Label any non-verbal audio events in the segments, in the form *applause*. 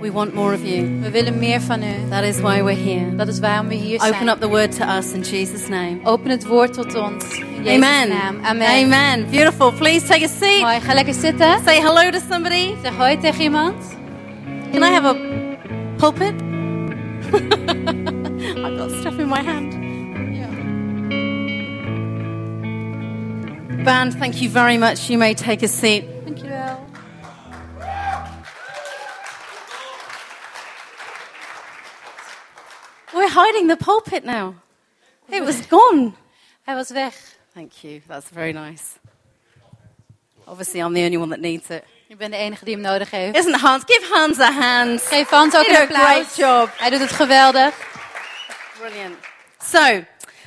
We want more of you. We willen meer van u. That is why we're here. Dat is waarom we hier zijn. Open up the word to us in Jesus' name. Open het woord tot ons. In Jezus' Amen. naam. Amen. Amen. Beautiful. Please take a seat. Mooi, ga lekker zitten. Say hello to somebody. Zeg hoi tegen iemand. Can I have a pulpit? *laughs* I've got stuff in my hand. Band, thank you very much. You may take a seat. Dankjewel. We're hiding the pulpit now. It was gone. Hij was weg. Thank you. That's very nice. Obviously, I'm the only one that needs it. Je bent de enige die hem nodig heeft. Isn't Hans? Give Hans a hand. Geef Hans ook You do een a great applaus. job. Hij doet het geweldig. Brilliant. So,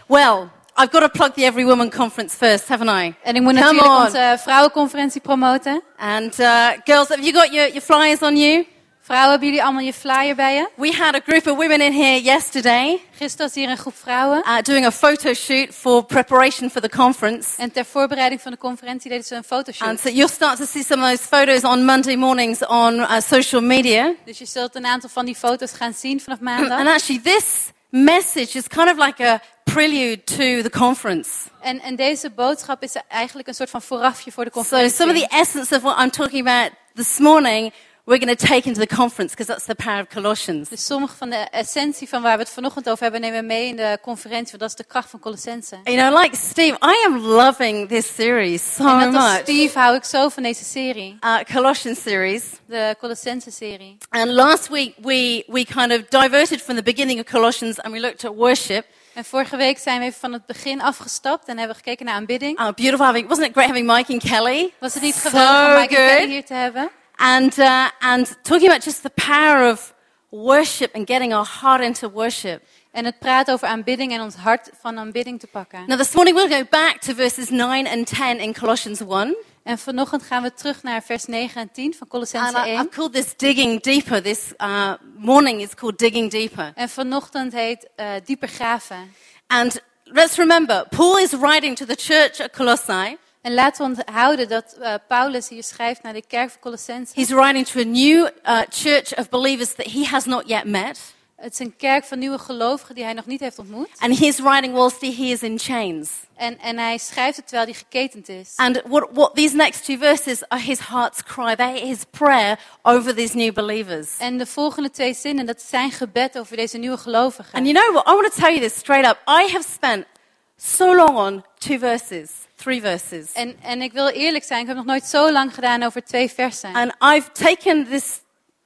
well, I've got to plug the Every Woman conference first, haven't I? En ik moet Come natuurlijk on. onze vrouwenconferentie promoten. And uh, girls, have you got your, your flyers on you? Vrouwen, hebben jullie allemaal je flyer bij je? We had a group of women in here yesterday Gisteren was hier een groep vrouwen. uh, doing a photo shoot for preparation for the conference. En ter voorbereiding van de conferentie deden ze een And fotoshoot. so you'll start to see some of those photos on Monday mornings on uh, social media. Dus je zult een aantal van die foto's gaan zien vanaf And maandag. actually, this message is kind of like a prelude to the conference. En, en deze boodschap is eigenlijk een soort van voorafje voor de So, conferentie. some of the essence of what I'm talking about this morning, we're going to take into the conference because that's the power of Colossians. Dus sommige van de essentie van waar we het vanochtend over hebben nemen we mee in de conferentie. Want dat is de kracht van Colossense. You know, like Steve, I am loving this series so en net als much. Steve hou ik zo van deze serie. Uh, Colossians series. De Colossense serie. And last week we, we kind of diverted from the beginning of Colossians and we looked at worship. En vorige week zijn we even van het begin afgestapt en hebben we gekeken naar aanbidding. Oh, beautiful having, wasn't it great having Mike and Kelly? Was het niet So geweldig om Mike en Kelly Ah, good. hier te hebben? And, uh, and talking about just the power of worship and getting our heart into worship. En het praten over aanbidding en ons hart van aanbidding te pakken. Now this morning we'll go back to verses 9 and 10 in Colossians 1. En vanochtend gaan we terug naar vers 9 en 10 van And Colossense I, I've 1. called this digging deeper. This uh, morning is called digging deeper. En vanochtend heet eh, Dieper Graven. And let's remember, Paul is writing to the church at Colossae. En laten we onthouden dat eh, Paulus hier schrijft naar de kerk van Colossense. He's writing to a new uh, church of believers that he has not yet met. Het is een kerk van nieuwe gelovigen die hij nog niet heeft ontmoet. And he's writing whilst he is in chains. En, en hij schrijft het terwijl hij geketend is. And what, what these next two verses are his heart's cry. They are his prayer over these new believers. En de volgende twee zinnen, dat is zijn gebed over deze nieuwe And gelovigen. you know what? I want to tell you this straight up. I have spent so long on two verses, three verses. En, en ik wil eerlijk zijn, ik heb nog nooit zo lang gedaan over twee versen. And I've taken this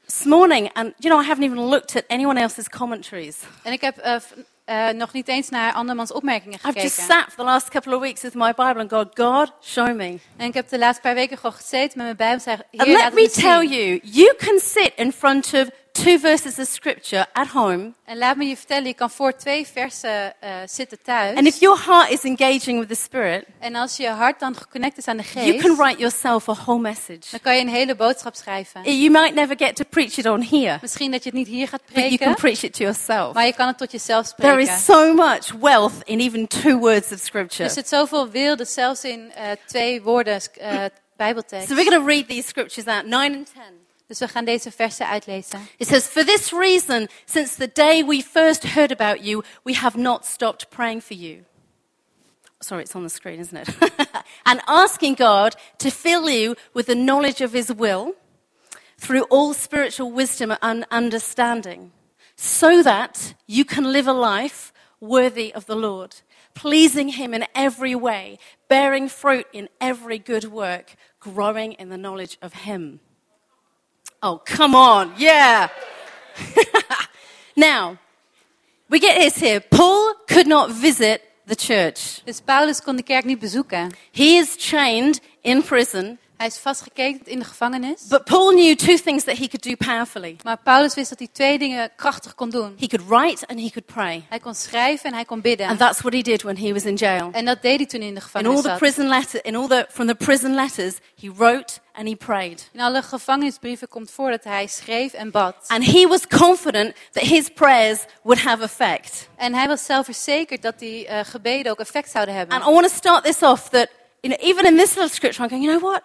this morning, and you know, I haven't even looked at anyone else's commentaries. En ik heb eh, v- eh, nog niet eens naar andermans opmerkingen I've just gekeken. sat for the last couple of weeks with my Bible and God, God, show me. En ik heb de laatste paar weken gewoon gezeten met mijn Bijbel en zei, And Heer, laat let het me me zien. tell you, you can sit in front of two verses of scripture at home, En laat me je vertellen, je kan voor twee versen eh, zitten thuis. and if your heart is engaging with the Spirit, En als je hart dan geconnect is aan de you geest, can write yourself a whole message. dan kan je een hele boodschap schrijven. You might never get to preach it on here, Misschien dat je het niet hier gaat but you can preken, preach it to yourself. maar je kan het tot jezelf There is spreken. so much wealth in even two words of scripture. Er zit zoveel wilde, zelfs in eh, twee woorden eh bijbeltekst. So we're going to read these scriptures out, 9 and 10. Dus we gaan deze versen uitlezen. It says, For this reason, since the day we first heard about you, we have not stopped praying for you. Sorry, it's on the screen, isn't it? *laughs* and asking God to fill you with the knowledge of his will through all spiritual wisdom and understanding, so that you can live a life worthy of the Lord, pleasing him in every way, bearing fruit in every good work, growing in the knowledge of him. Oh, come on. Yeah. *laughs* now, we get this here. Paul could not visit the church. Dus Paulus kon de kerk niet bezoeken. He is chained in prison, Hij is vastgeketend in de gevangenis. but Paul knew two things that he could do powerfully. Maar Paulus wist dat hij twee dingen krachtig kon doen. He could write and he could pray. Hij kon schrijven en hij kon bidden. And that's what he did when he was in jail. En dat deed hij toen hij in de In all gevangenis the zat. prison letter, in all the, from the prison letters, he wrote and he prayed. In alle gevangenisbrieven komt voor dat hij schreef en bad. And he was confident that his prayers would have effect. En hij was zelf verzekerd dat die eh, gebeden ook effect zouden And hebben. I want to start this off that, you know, even in this little scripture, I'm going, you know what?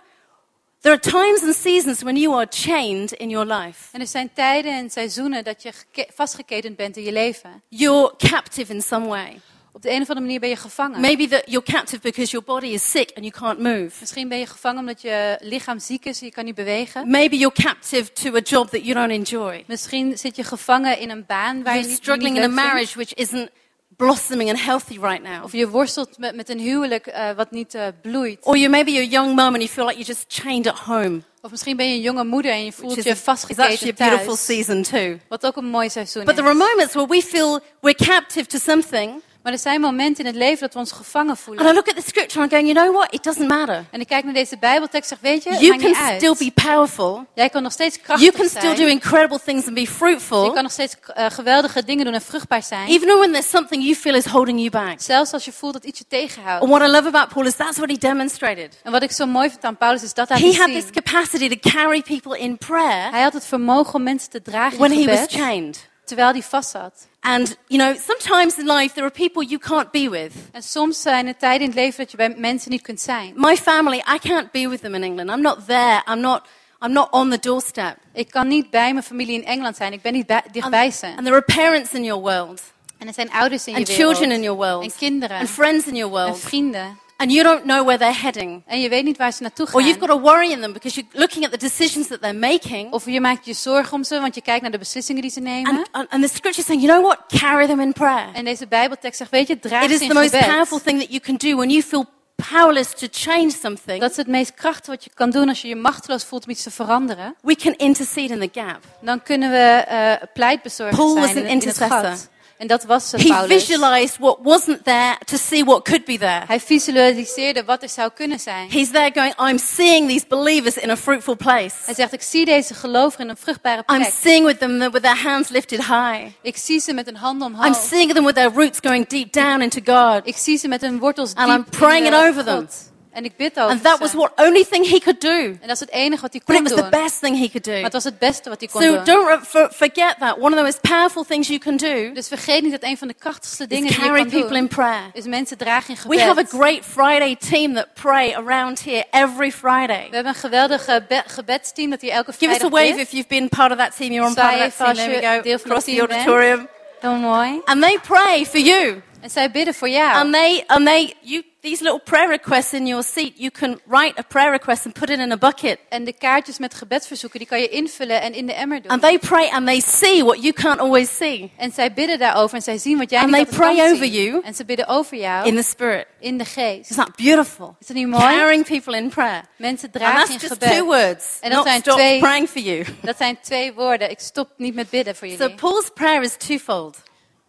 There are times and seasons when you are chained in your life. En er zijn tijden en seizoenen dat je geke- vastgeketend bent in je leven. You're captive in some way. Op de een of andere manier ben je gevangen. Maybe that you're captive because your body is sick and you can't move. Misschien ben je gevangen omdat je lichaam ziek is en je kan niet bewegen. Maybe you're captive to a job that you don't enjoy. Misschien zit je gevangen in een baan waar You're je niet, struggling in die a je niet leuk vindt. marriage which isn't blossoming and healthy right now. Of je worstelt met, met een huwelijk eh, wat niet eh, bloeit. Or you maybe you're a young mum and you feel like you're just chained at home. Of misschien ben je een jonge moeder en je voelt Which is, je is actually a vastgeketend beautiful thuis. season too. Wat ook een mooi seizoen But there is. are moments where we feel we're captive to something. Maar er zijn momenten in het leven dat we ons gevangen And I voelen. look at the scripture and I'm going, you know what? It doesn't matter. En ik kijk naar deze Bijbeltekst en zeg, weet je, het You maakt niet can still uit. be powerful. Jij kan nog steeds You krachtig can still zijn. do incredible things and be Je fruitful. kan nog steeds eh, geweldige dingen doen en vruchtbaar zijn. Even when there's something you feel is holding you back. Zelfs als je voelt dat iets je tegenhoudt. And what I love about Paul is that's what he demonstrated. En wat ik zo mooi vind aan Paulus is dat hij He liet had zien. this capacity to carry people in prayer Hij had het vermogen om mensen te dragen when in he was gebed, chained. terwijl hij vast zat. And, you know, sometimes in life there are people you can't be with. En soms zijn er tijden in het leven dat je bij mensen niet kunt zijn. My family, I can't be with them in England. I'm not there. I'm not, I'm not on the doorstep. Ik kan niet bij mijn familie in Engeland zijn. Ik ben niet bij, And, dichtbij ze. and there are parents in your world, En er zijn ouders in je and wereld. children in your world, En kinderen. and friends in your en world, vrienden. and you don't know where they're heading. En je weet niet waar ze naartoe Or you've got gaan. to worry in them because you're looking at the decisions that they're making. Of je maakt je zorgen om ze, want je kijkt naar de beslissingen die ze nemen. And, and, and the scripture's saying, you know what? Carry them in prayer. En deze Bijbeltekst zegt, weet je, draag It ze is in the most gebed. powerful thing that you can do when you feel powerless to change something. Dat is het meest krachtige wat je kan doen als je je machteloos voelt om iets te veranderen. We can intercede in the gap. Dan kunnen we eh pleitbezorgd Paul was an zijn in, in het intercessor. gat. En dat was eh, He Paulus. visualized what wasn't there to see what could be there. Hij visualiseerde wat er zou kunnen zijn. He's there going, I'm seeing these believers in a fruitful place. Hij zegt, ik zie deze gelovigen in een vruchtbare I'm plek. seeing with them with their hands lifted high. Ik zie ze met een hand I'm omhoog. seeing them with their roots going deep down into God. Ik zie ze met hun wortels diep And I'm in praying de it over them. God. En ik bid over And that ze. was what only thing he could do. En dat is het enige wat hij But it kon was doen. the Maar best thing he could do. het was het beste wat hij kon So doen. don't re- for- forget that. One of the most powerful things you can do Dus vergeet niet dat een van de krachtigste dingen is die je carry kan people in doen, prayer. is mensen dragen in gebed. We have a great Friday team that pray around here every Friday. We hebben een geweldig gebe- gebedsteam dat hier elke Give us a vrijdag wave is. if you've been part of that team. You're on Zwaai part of that team. even als There je we go. deel van Across het the team bent. auditorium. Heel mooi. And they pray for you. En zij bidden voor jou. And they, and they, you, these little prayer requests in your seat, you can write a prayer request and put it in a bucket. En de kaartjes met gebedsverzoeken, die kan je invullen en in de emmer doen. And they pray and they see what you can't always see En zij bidden daarover en zij zien wat jij And niet they altijd kan pray zien. over you. En ze bidden over jou in the spirit. in de geest. Isn't that beautiful? Is dat niet mooi? Carrying people in prayer. Mensen And dragen in that's just two gebed. words. En dat Not zijn stop twee- praying for you. Dat zijn twee woorden. Ik stop niet met bidden voor So jullie. Paul's prayer is twofold.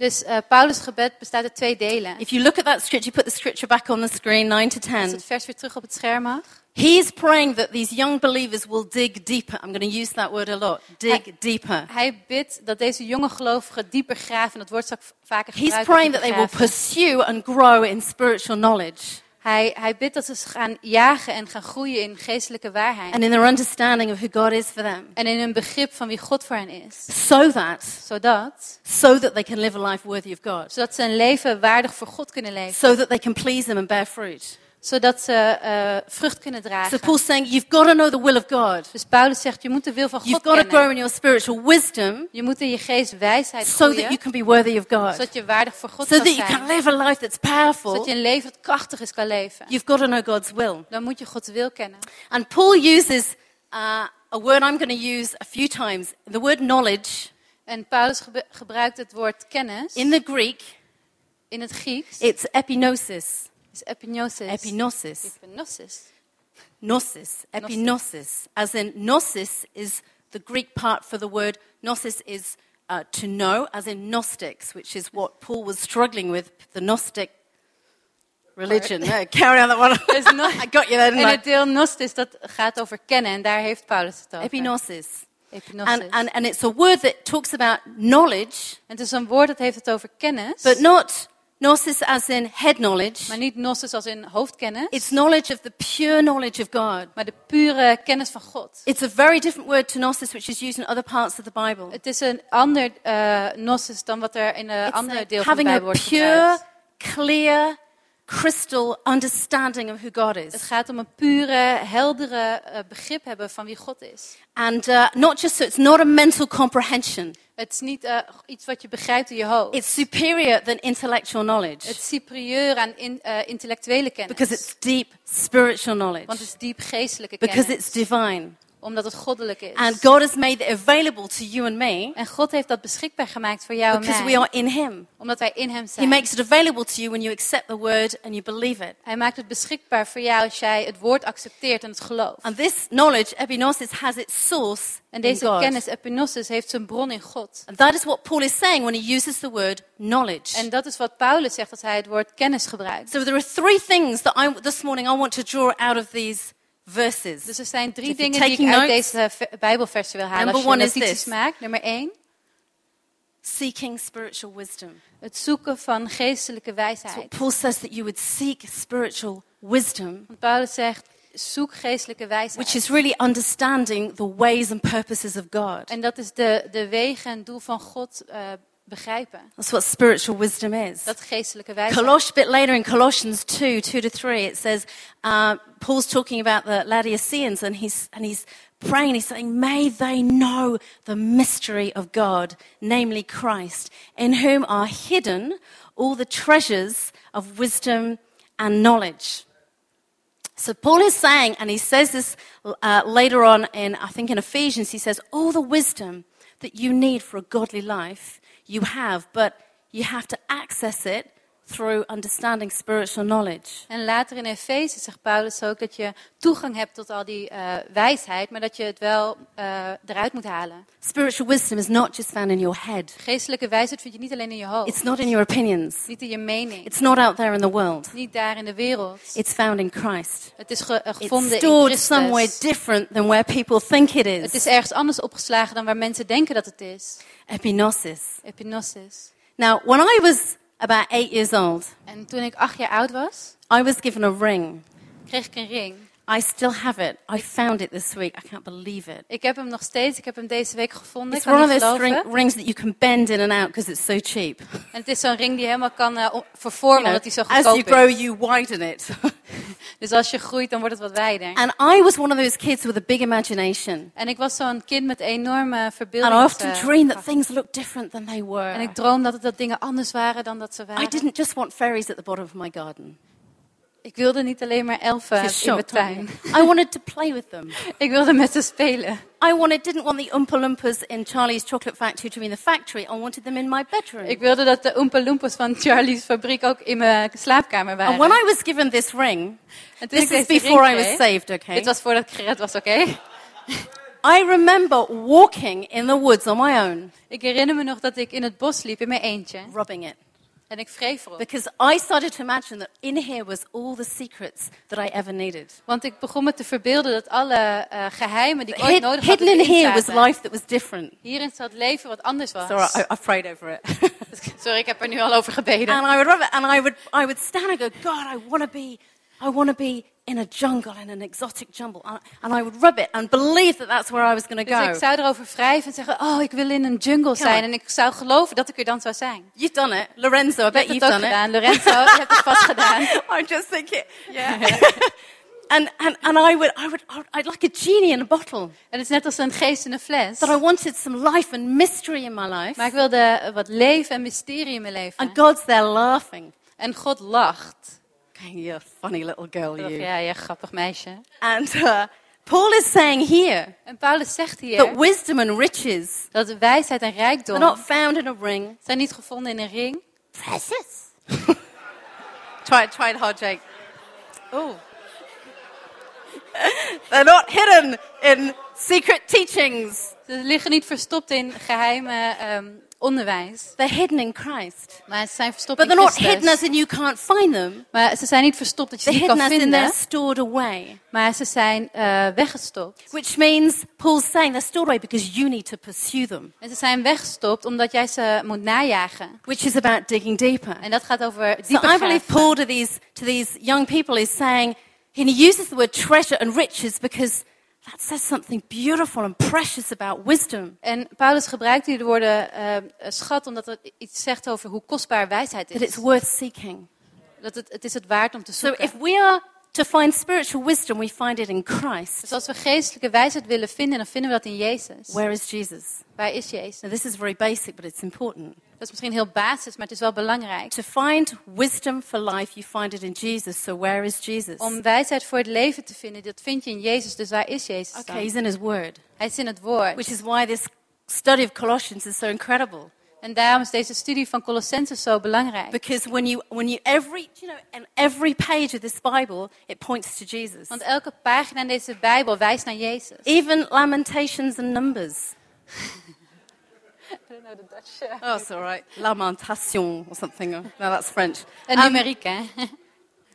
Dus eh, Paulus' gebed bestaat uit twee delen. If you look at that scripture, you put the scripture back on the screen, 9 to Als 10. het vers weer terug op het scherm mag. He is praying that these young believers will dig deeper. I'm going to use that word a lot. Dig deeper. Hij bidt dat deze jonge gelovigen dieper graven. En dat wordt ook vaker He's gebruikt. praying that dieper they will graven. pursue and grow in spiritual knowledge Hij, hij bidt dat ze gaan jagen en gaan groeien in geestelijke waarheid. and in their understanding of who God is for them. En in hun begrip van wie God voor hen is. So that, Zodat, so that they can live a life worthy of God. zodat ze een leven waardig voor God kunnen leven. So that they can please Him and bear fruit. Zodat ze eh, vrucht kunnen So dragen. Paul's saying, you've got to know the will of God. Dus Paulus zegt, je moet de wil van God You've got to kennen. grow in your spiritual wisdom Je moet in je geest wijsheid so groeien. that you can be worthy of God. zodat je waardig voor God So kan that you zijn. can live a life that's powerful. zodat je een leven dat krachtig is kan leven. You've got to know God's will. Dan moet je Gods wil kennen. And Paul uses uh, a word I'm going to use a few times. The word knowledge En Paulus gebe- gebruikt het woord kennis in in, the Greek, het Grieks. it's epinosis. is epinosis. Epinosis. Epinosis. Gnosis. Epinosis. As in, gnosis is the Greek part for the word. Gnosis is uh, to know, as in Gnostics, which is what Paul was struggling with, the Gnostic religion. No, *laughs* carry on that one. Dus no- *laughs* I got you there, didn't en I? het deel gnostis, dat gaat over kennen. En daar heeft Paulus het over. Epinosis. Epinosis. And, and, and it's a word that talks about knowledge, En het is een woord dat heeft het over kennis. but not gnosis as in head knowledge. maar niet gnostis als in hoofdkennis. It's knowledge of the pure knowledge of God. maar de pure kennis van God. It's a very different word to gnosis, which is used in other parts of the Bible. Het is een ander eh gnosis dan wat er in een It's ander like deel van de having a Bijbel wordt pure, gebruikt. clear crystal understanding of who God Het is. gaat om een pure, heldere eh, begrip hebben van wie God is. And uh, not just so, it's not a mental comprehension, Het is niet eh, iets wat je begrijpt in je hoofd. it's superior than intellectual Het knowledge is superieur aan in, eh, intellectuele kennis. because it's deep spiritual knowledge, Want het is diep geestelijke because kennis. it's divine. Omdat het goddelijk is. And God has made it available to you and me en God heeft dat beschikbaar gemaakt voor jou en because mij. we are in Him. Omdat wij in hem He zijn. makes it available to you when you accept the word and you believe it. Hij maakt het beschikbaar voor jou als jij het woord accepteert en het gelooft. And this knowledge, epinosis, has its source in En deze God. kennis, epinosis, heeft zijn bron in God. And that is what Paul is saying when he uses the word knowledge. En dat is wat Paulus zegt als hij het woord kennis gebruikt. so there are three things that I, this morning I want to draw out of these verses. Dus er zijn drie If you're dingen die ik taking uit notes- deze eh, ve- Bijbelversen wil halen. Number als one je is notities this. maakt. Nummer één, Seeking spiritual wisdom. het zoeken van geestelijke That's what wijsheid. Paul says that you would seek spiritual wisdom, Want Paulus zegt, zoek geestelijke which wijsheid. is really understanding the ways and purposes of God. En dat is de, de wegen en doel van God eh, begrijpen. That's what spiritual wisdom is. Dat geestelijke wijsheid. Colosh, a bit later in Colossians 2, 2 to 3, it says, uh, Paul's talking about the Laodiceans and he's, and he's praying, he's saying, May they know the mystery of God, namely Christ, in whom are hidden all the treasures of wisdom and knowledge. So Paul is saying, and he says this uh, later on in, I think in Ephesians, he says, all the wisdom that you need for a godly life, you have, but you have to access it through understanding spiritual knowledge. En later in Efeze zegt Paulus ook dat je toegang hebt tot al die eh, wijsheid, maar dat je het wel eh, eruit moet halen. Spiritual wisdom is not just found in your head. Geestelijke wijsheid vind je niet alleen in je hoofd, It's not in your opinions. niet in je mening, It's not out there in the world. niet daar in de wereld. It's found in Christ. het is ge- eh, gevonden It's in stored Christus. somewhere different than where people think it het is. is ergens anders opgeslagen dan waar mensen denken dat het is. Epinosis. Epinosis. Now, when I was about eight years old, En toen ik acht jaar oud was, I was given a ring. kreeg ik een ring. I still have it. I found it this week. I can't believe it. Ik heb hem nog steeds, ik heb hem deze week gevonden. It's ik kan one of niet those geloven. ring, rings that you can bend in and out because it's so cheap. En het is zo'n ring die helemaal kan eh, o- You vervormen, know, omdat hij zo as goedkoop you grow, is. you widen it. *laughs* Dus als je groeit, dan wordt het wat wijder. and I was one of those kids with a big imagination. En ik was zo'n kind met enorme And verbeelding. I often dreamed that things looked different than they En were. ik droomde altijd dat dingen anders waren dan dat ze I waren. didn't just want fairies at the bottom of my garden. Ik wilde niet alleen maar elfen Just in mijn shocked, aren't tuin. you? I wanted to play with them. Ik wilde met ze spelen. I wanted, didn't want the Oompa Loompas in Charlie's Chocolate Factory to be in the factory. I wanted them in my bedroom. Ik wilde dat de Oompa Loompas van Charlie's fabriek ook in mijn slaapkamer And when waren. I was given this ring, En toen *laughs* ik this is deze before I ring was kreeg- saved, okay? Dit was voordat ik gered was, oké? I remember walking in the woods on my own, Ik herinner me nog dat ik in het bos liep in mijn eentje. rubbing it, En ik wreef erop. because I started to imagine that in here was all the secrets that I ever needed. Want ik begon me te verbeelden dat alle eh, geheimen die ik ooit Hid- nodig had, hidden in erin here was zaten. life that was different. Hierin zat leven wat anders was. So I, I prayed over it, and Sorry, ik heb er nu al over gebeden. I would rub it, and I would, I would stand and go, God, I want to be, I want to be in a jungle, in an exotic jungle, and and I would rub it and believe that that's where I was going to Dus ik go. zou erover wrijven en zeggen, oh, ik wil in een jungle zijn. on. En ik zou geloven dat ik er dan zou zijn. You've done it, Lorenzo. I Je hebt bet het you've ook done it. gedaan, Lorenzo. Je hebt het vast *laughs* gedaan. I just think it. *laughs* Yeah. and, and, and I would, I would, I would- I'd like a genie in a bottle. En het is net als een geest in een fles. That I wanted some life and mystery in my life. Maar ik wilde eh, wat leven en mysterie in mijn leven. And God's there laughing. En God lacht. Okay, you're a funny little girl, Ik dacht, you. Ja, ja, grappig meisje. And uh, Paul is saying here En Paulus zegt that hier wisdom and riches dat wijsheid en are rijkdom not found in a ring. zijn niet gevonden in een ring. Precious. *laughs* try, it- try it hard, Jake. Oh. They're not hidden in secret teachings. Ze liggen niet verstopt in geheime ehm, onderwijs. They're hidden in Christ. Maar ze zijn verstopt But in they're not Christus. hidden as in you can't find them. Maar ze zijn niet verstopt dat je They're ze niet kan hidden as in vinden. they're stored away. Maar ze zijn eh, weggestopt. Which means Paul's saying they're stored away because you need to pursue them, En ze zijn weggestopt omdat jij ze moet najagen. which is about digging deeper. En dat gaat over So dieper I believe graven. Paul to these, to these young people is saying, and he uses the word treasure and riches because that says something beautiful and precious about wisdom. En Paulus gebruikt hier de woorden eh, schat omdat het iets zegt over hoe kostbaar wijsheid That is. it's worth seeking. Dat het, het is het waard om te So zoeken. if we are to find spiritual wisdom, we find it in Christ. Dus als we geestelijke wijsheid willen vinden, dan vinden we dat in Jezus. Where is Jesus? Waar is Jezus? Now, this is very basic, but it's important. Dat is misschien heel basis, maar het is wel belangrijk. To find wisdom for life, you find it in Jesus. So where is Jesus? Om wijsheid voor het leven te vinden, dat vind je in Jezus. Dus waar is Jezus Okay, dan? he's in his word, Hij is in het woord. which is why this study of Colossians is so incredible. En daarom is deze studie van Colossenses zo belangrijk. Because when you, when you, every, you know, and every page of this Bible, it points to Jesus. Want elke pagina in deze Bijbel wijst naar Jezus. Even Lamentations and Numbers. Oh, it's all right. Lamentation or something. No, that's French. Een Um, numeriek, hè?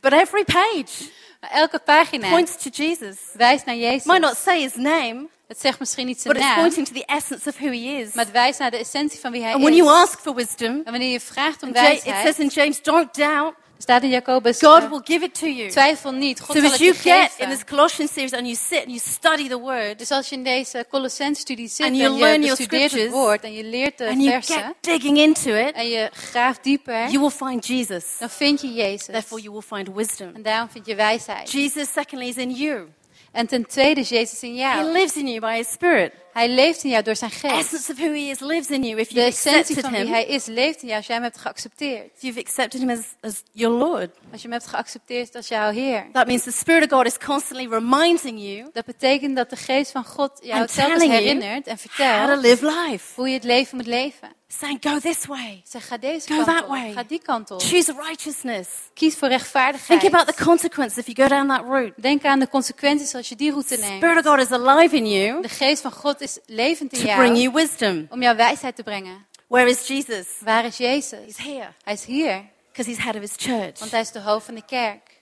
but every page Maar Elke pagina points to Jesus. wijst naar Might Jezus. not say his name, Het zegt misschien niet zijn but it's naam, pointing to the essence of who he is. maar het wijst naar de essentie van wie hij And when you is. ask for wisdom, En wanneer je vraagt om Ja- it says wijsheid, in James, don't doubt, staat in Jacobus, eh, God will give it to you. So twijfel niet, God zal as het you je get in this geven. Colossian series and you sit and you study the word Dus als je in deze Colossense-studie zit And en you learn je your bestudeert het scriptures, woord en je leert de and you versen get digging into it, en je graaft dieper, you will find Jesus. dan vind je Jezus. Therefore, you will find wisdom. En daarom vind je wijsheid. Jesus, secondly, is in you. En ten tweede is Jezus in He jou. lives in you by his spirit. Hij leeft in jou door zijn The geest. essence of who he is lives in you if De you've essentie accepted van wie him. hij is leeft in jou als jij hem hebt geaccepteerd. If you've accepted him as, as your Lord. Als je hem hebt geaccepteerd als jouw Heer. That means the Spirit of God is constantly reminding you Dat betekent dat de geest van God jou And telkens telling you herinnert en how to vertelt live life. hoe je het leven moet leven. Saying, go this way. Zeg, ga deze Go kant that op, way. ga die kant op. Choose righteousness. Kies voor Think about the rechtvaardigheid. consequence if you go down that route. Denk aan de consequenties als je die route The neemt. Spirit of God is alive in you De geest van God is levend in to bring jou you wisdom. om jouw wijsheid te brengen. Where is Jesus? Waar is Jezus? He's here Hij is hier, because he's head of his church. want hij is de hoofd van de kerk.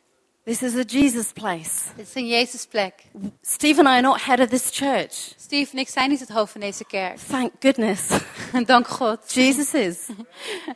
This is a Jesus place. Dit is een Jezusplek. Steve and I are not head of this church. Steve en ik zijn niet het hoofd van deze kerk. *laughs* Thank goodness. *laughs* Dank God. *laughs* Jesus is.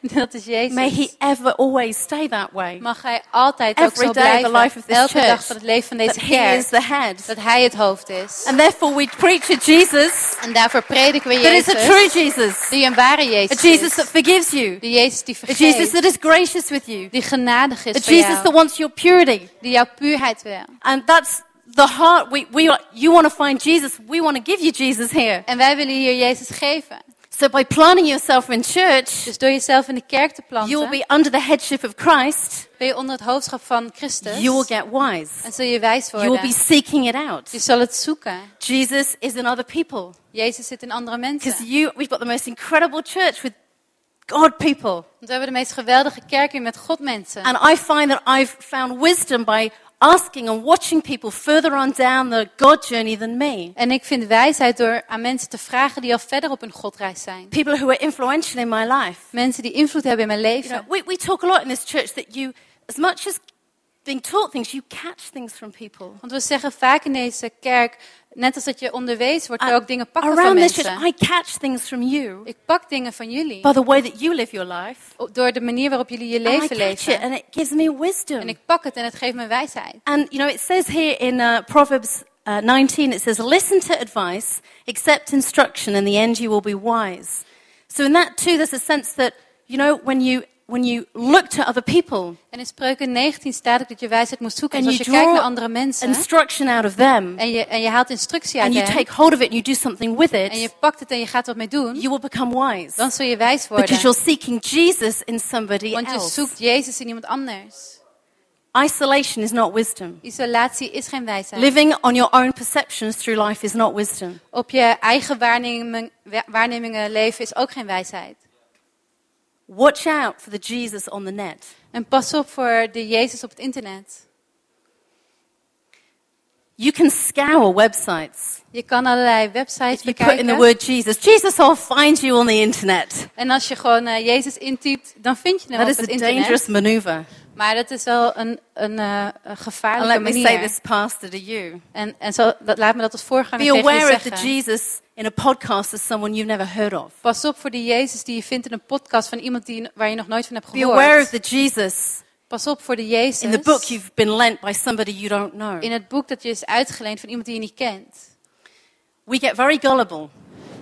Dat is May he Jezus. ever always stay that way. Mag hij altijd ook Every zo day of the life blijven. of this Elke dag church. van het leven van That deze he is kerk. the head. Dat hij het hoofd is. And therefore we preach a Jesus En daarvoor prediken we that is a Jezus. true Jesus. Die een ware A Jezus Jesus that is. forgives you. De Jezus die A Jesus vergeeft. that is gracious with you. Die genadig A is voor Jesus that jou. wants your purity. Die jouw puurheid wil. And that's the heart. We, we, are- you want to find Jesus. We want to give you Jesus here. En wij willen hier Jezus geven. So by planting yourself in church, Dus door jezelf in de kerk te planten, you will be under the headship of Christ. ben je onder het hoofdschap van Christus. You will get wise. En zul je wijs You will worden. be seeking it out. Je zal het zoeken. Jesus is in other people Jezus zit in andere because mensen. you. We've got the most incredible church with God people, Want we hebben de meest geweldige kerk hier met God mensen. and I find that I've found wisdom by asking and watching people further on down the God journey than me. En ik vind wijsheid door aan mensen te vragen die al verder op hun godreis zijn. People who are influential in my life. Mensen die invloed hebben in mijn You know, leven. we, we talk a lot in this church that you, as much as being taught things, you catch things from people. Want we zeggen vaak in deze kerk, net als dat je onderwezen wordt, wil je ook dingen pakken van Around this church, mensen. I catch things from you Ik pak dingen van jullie. by the way that you live your life. o- Door de manier waarop jullie je And I leven catch it, leven. and it gives me En wisdom. ik pak het en het geeft me wijsheid. And you know, it says here in uh, Proverbs uh, 19, it says, "Listen to advice, accept instruction, in the end you will be wise." So in that too, there's a sense that you know when you when you look to other people En in Spreuken 19 staat ook dat je wijsheid moet zoeken. and Dus als you je kijkt naar draw andere mensen instruction out of them en je, en je haalt instructie uit and you hen, take hold of it and you do something with it, en je pakt het en je gaat wat mee doen, you will become wise dan zul je wijs because you're worden. seeking Jesus in somebody Want je else. zoekt Jezus in iemand anders. Isolation is not wisdom. Isolatie is geen wijsheid. Living on your own perceptions through life is not wisdom. Op je eigen waarnemingen, wa- waarnemingen leven is ook geen wijsheid. Watch out for the Jesus on the net. En pas op voor de Jezus op het internet. You can scour websites. Je kan allerlei websites If you put in the bekijken. word Jesus, Jesus will find you on the internet. En als je gewoon eh, Jezus intypt, dan vind je hem That op is het a internet. dangerous maneuver. Maar dat is wel een, een, eh, een And gevaarlijke let me say manier. this, Pastor, to you. En, en zo, dat, laat me dat als voorganger Be tegen je aware of the zeggen. Jesus in a podcast as someone you've never heard of. Pas op voor die Jezus die je vindt in een podcast van iemand die, waar je nog nooit van hebt Be aware of gehoord. the Jesus Pas op voor de Jezus in the book you've been lent by somebody you don't know. in het boek dat je is uitgeleend van iemand die je niet kent. We get very gullible.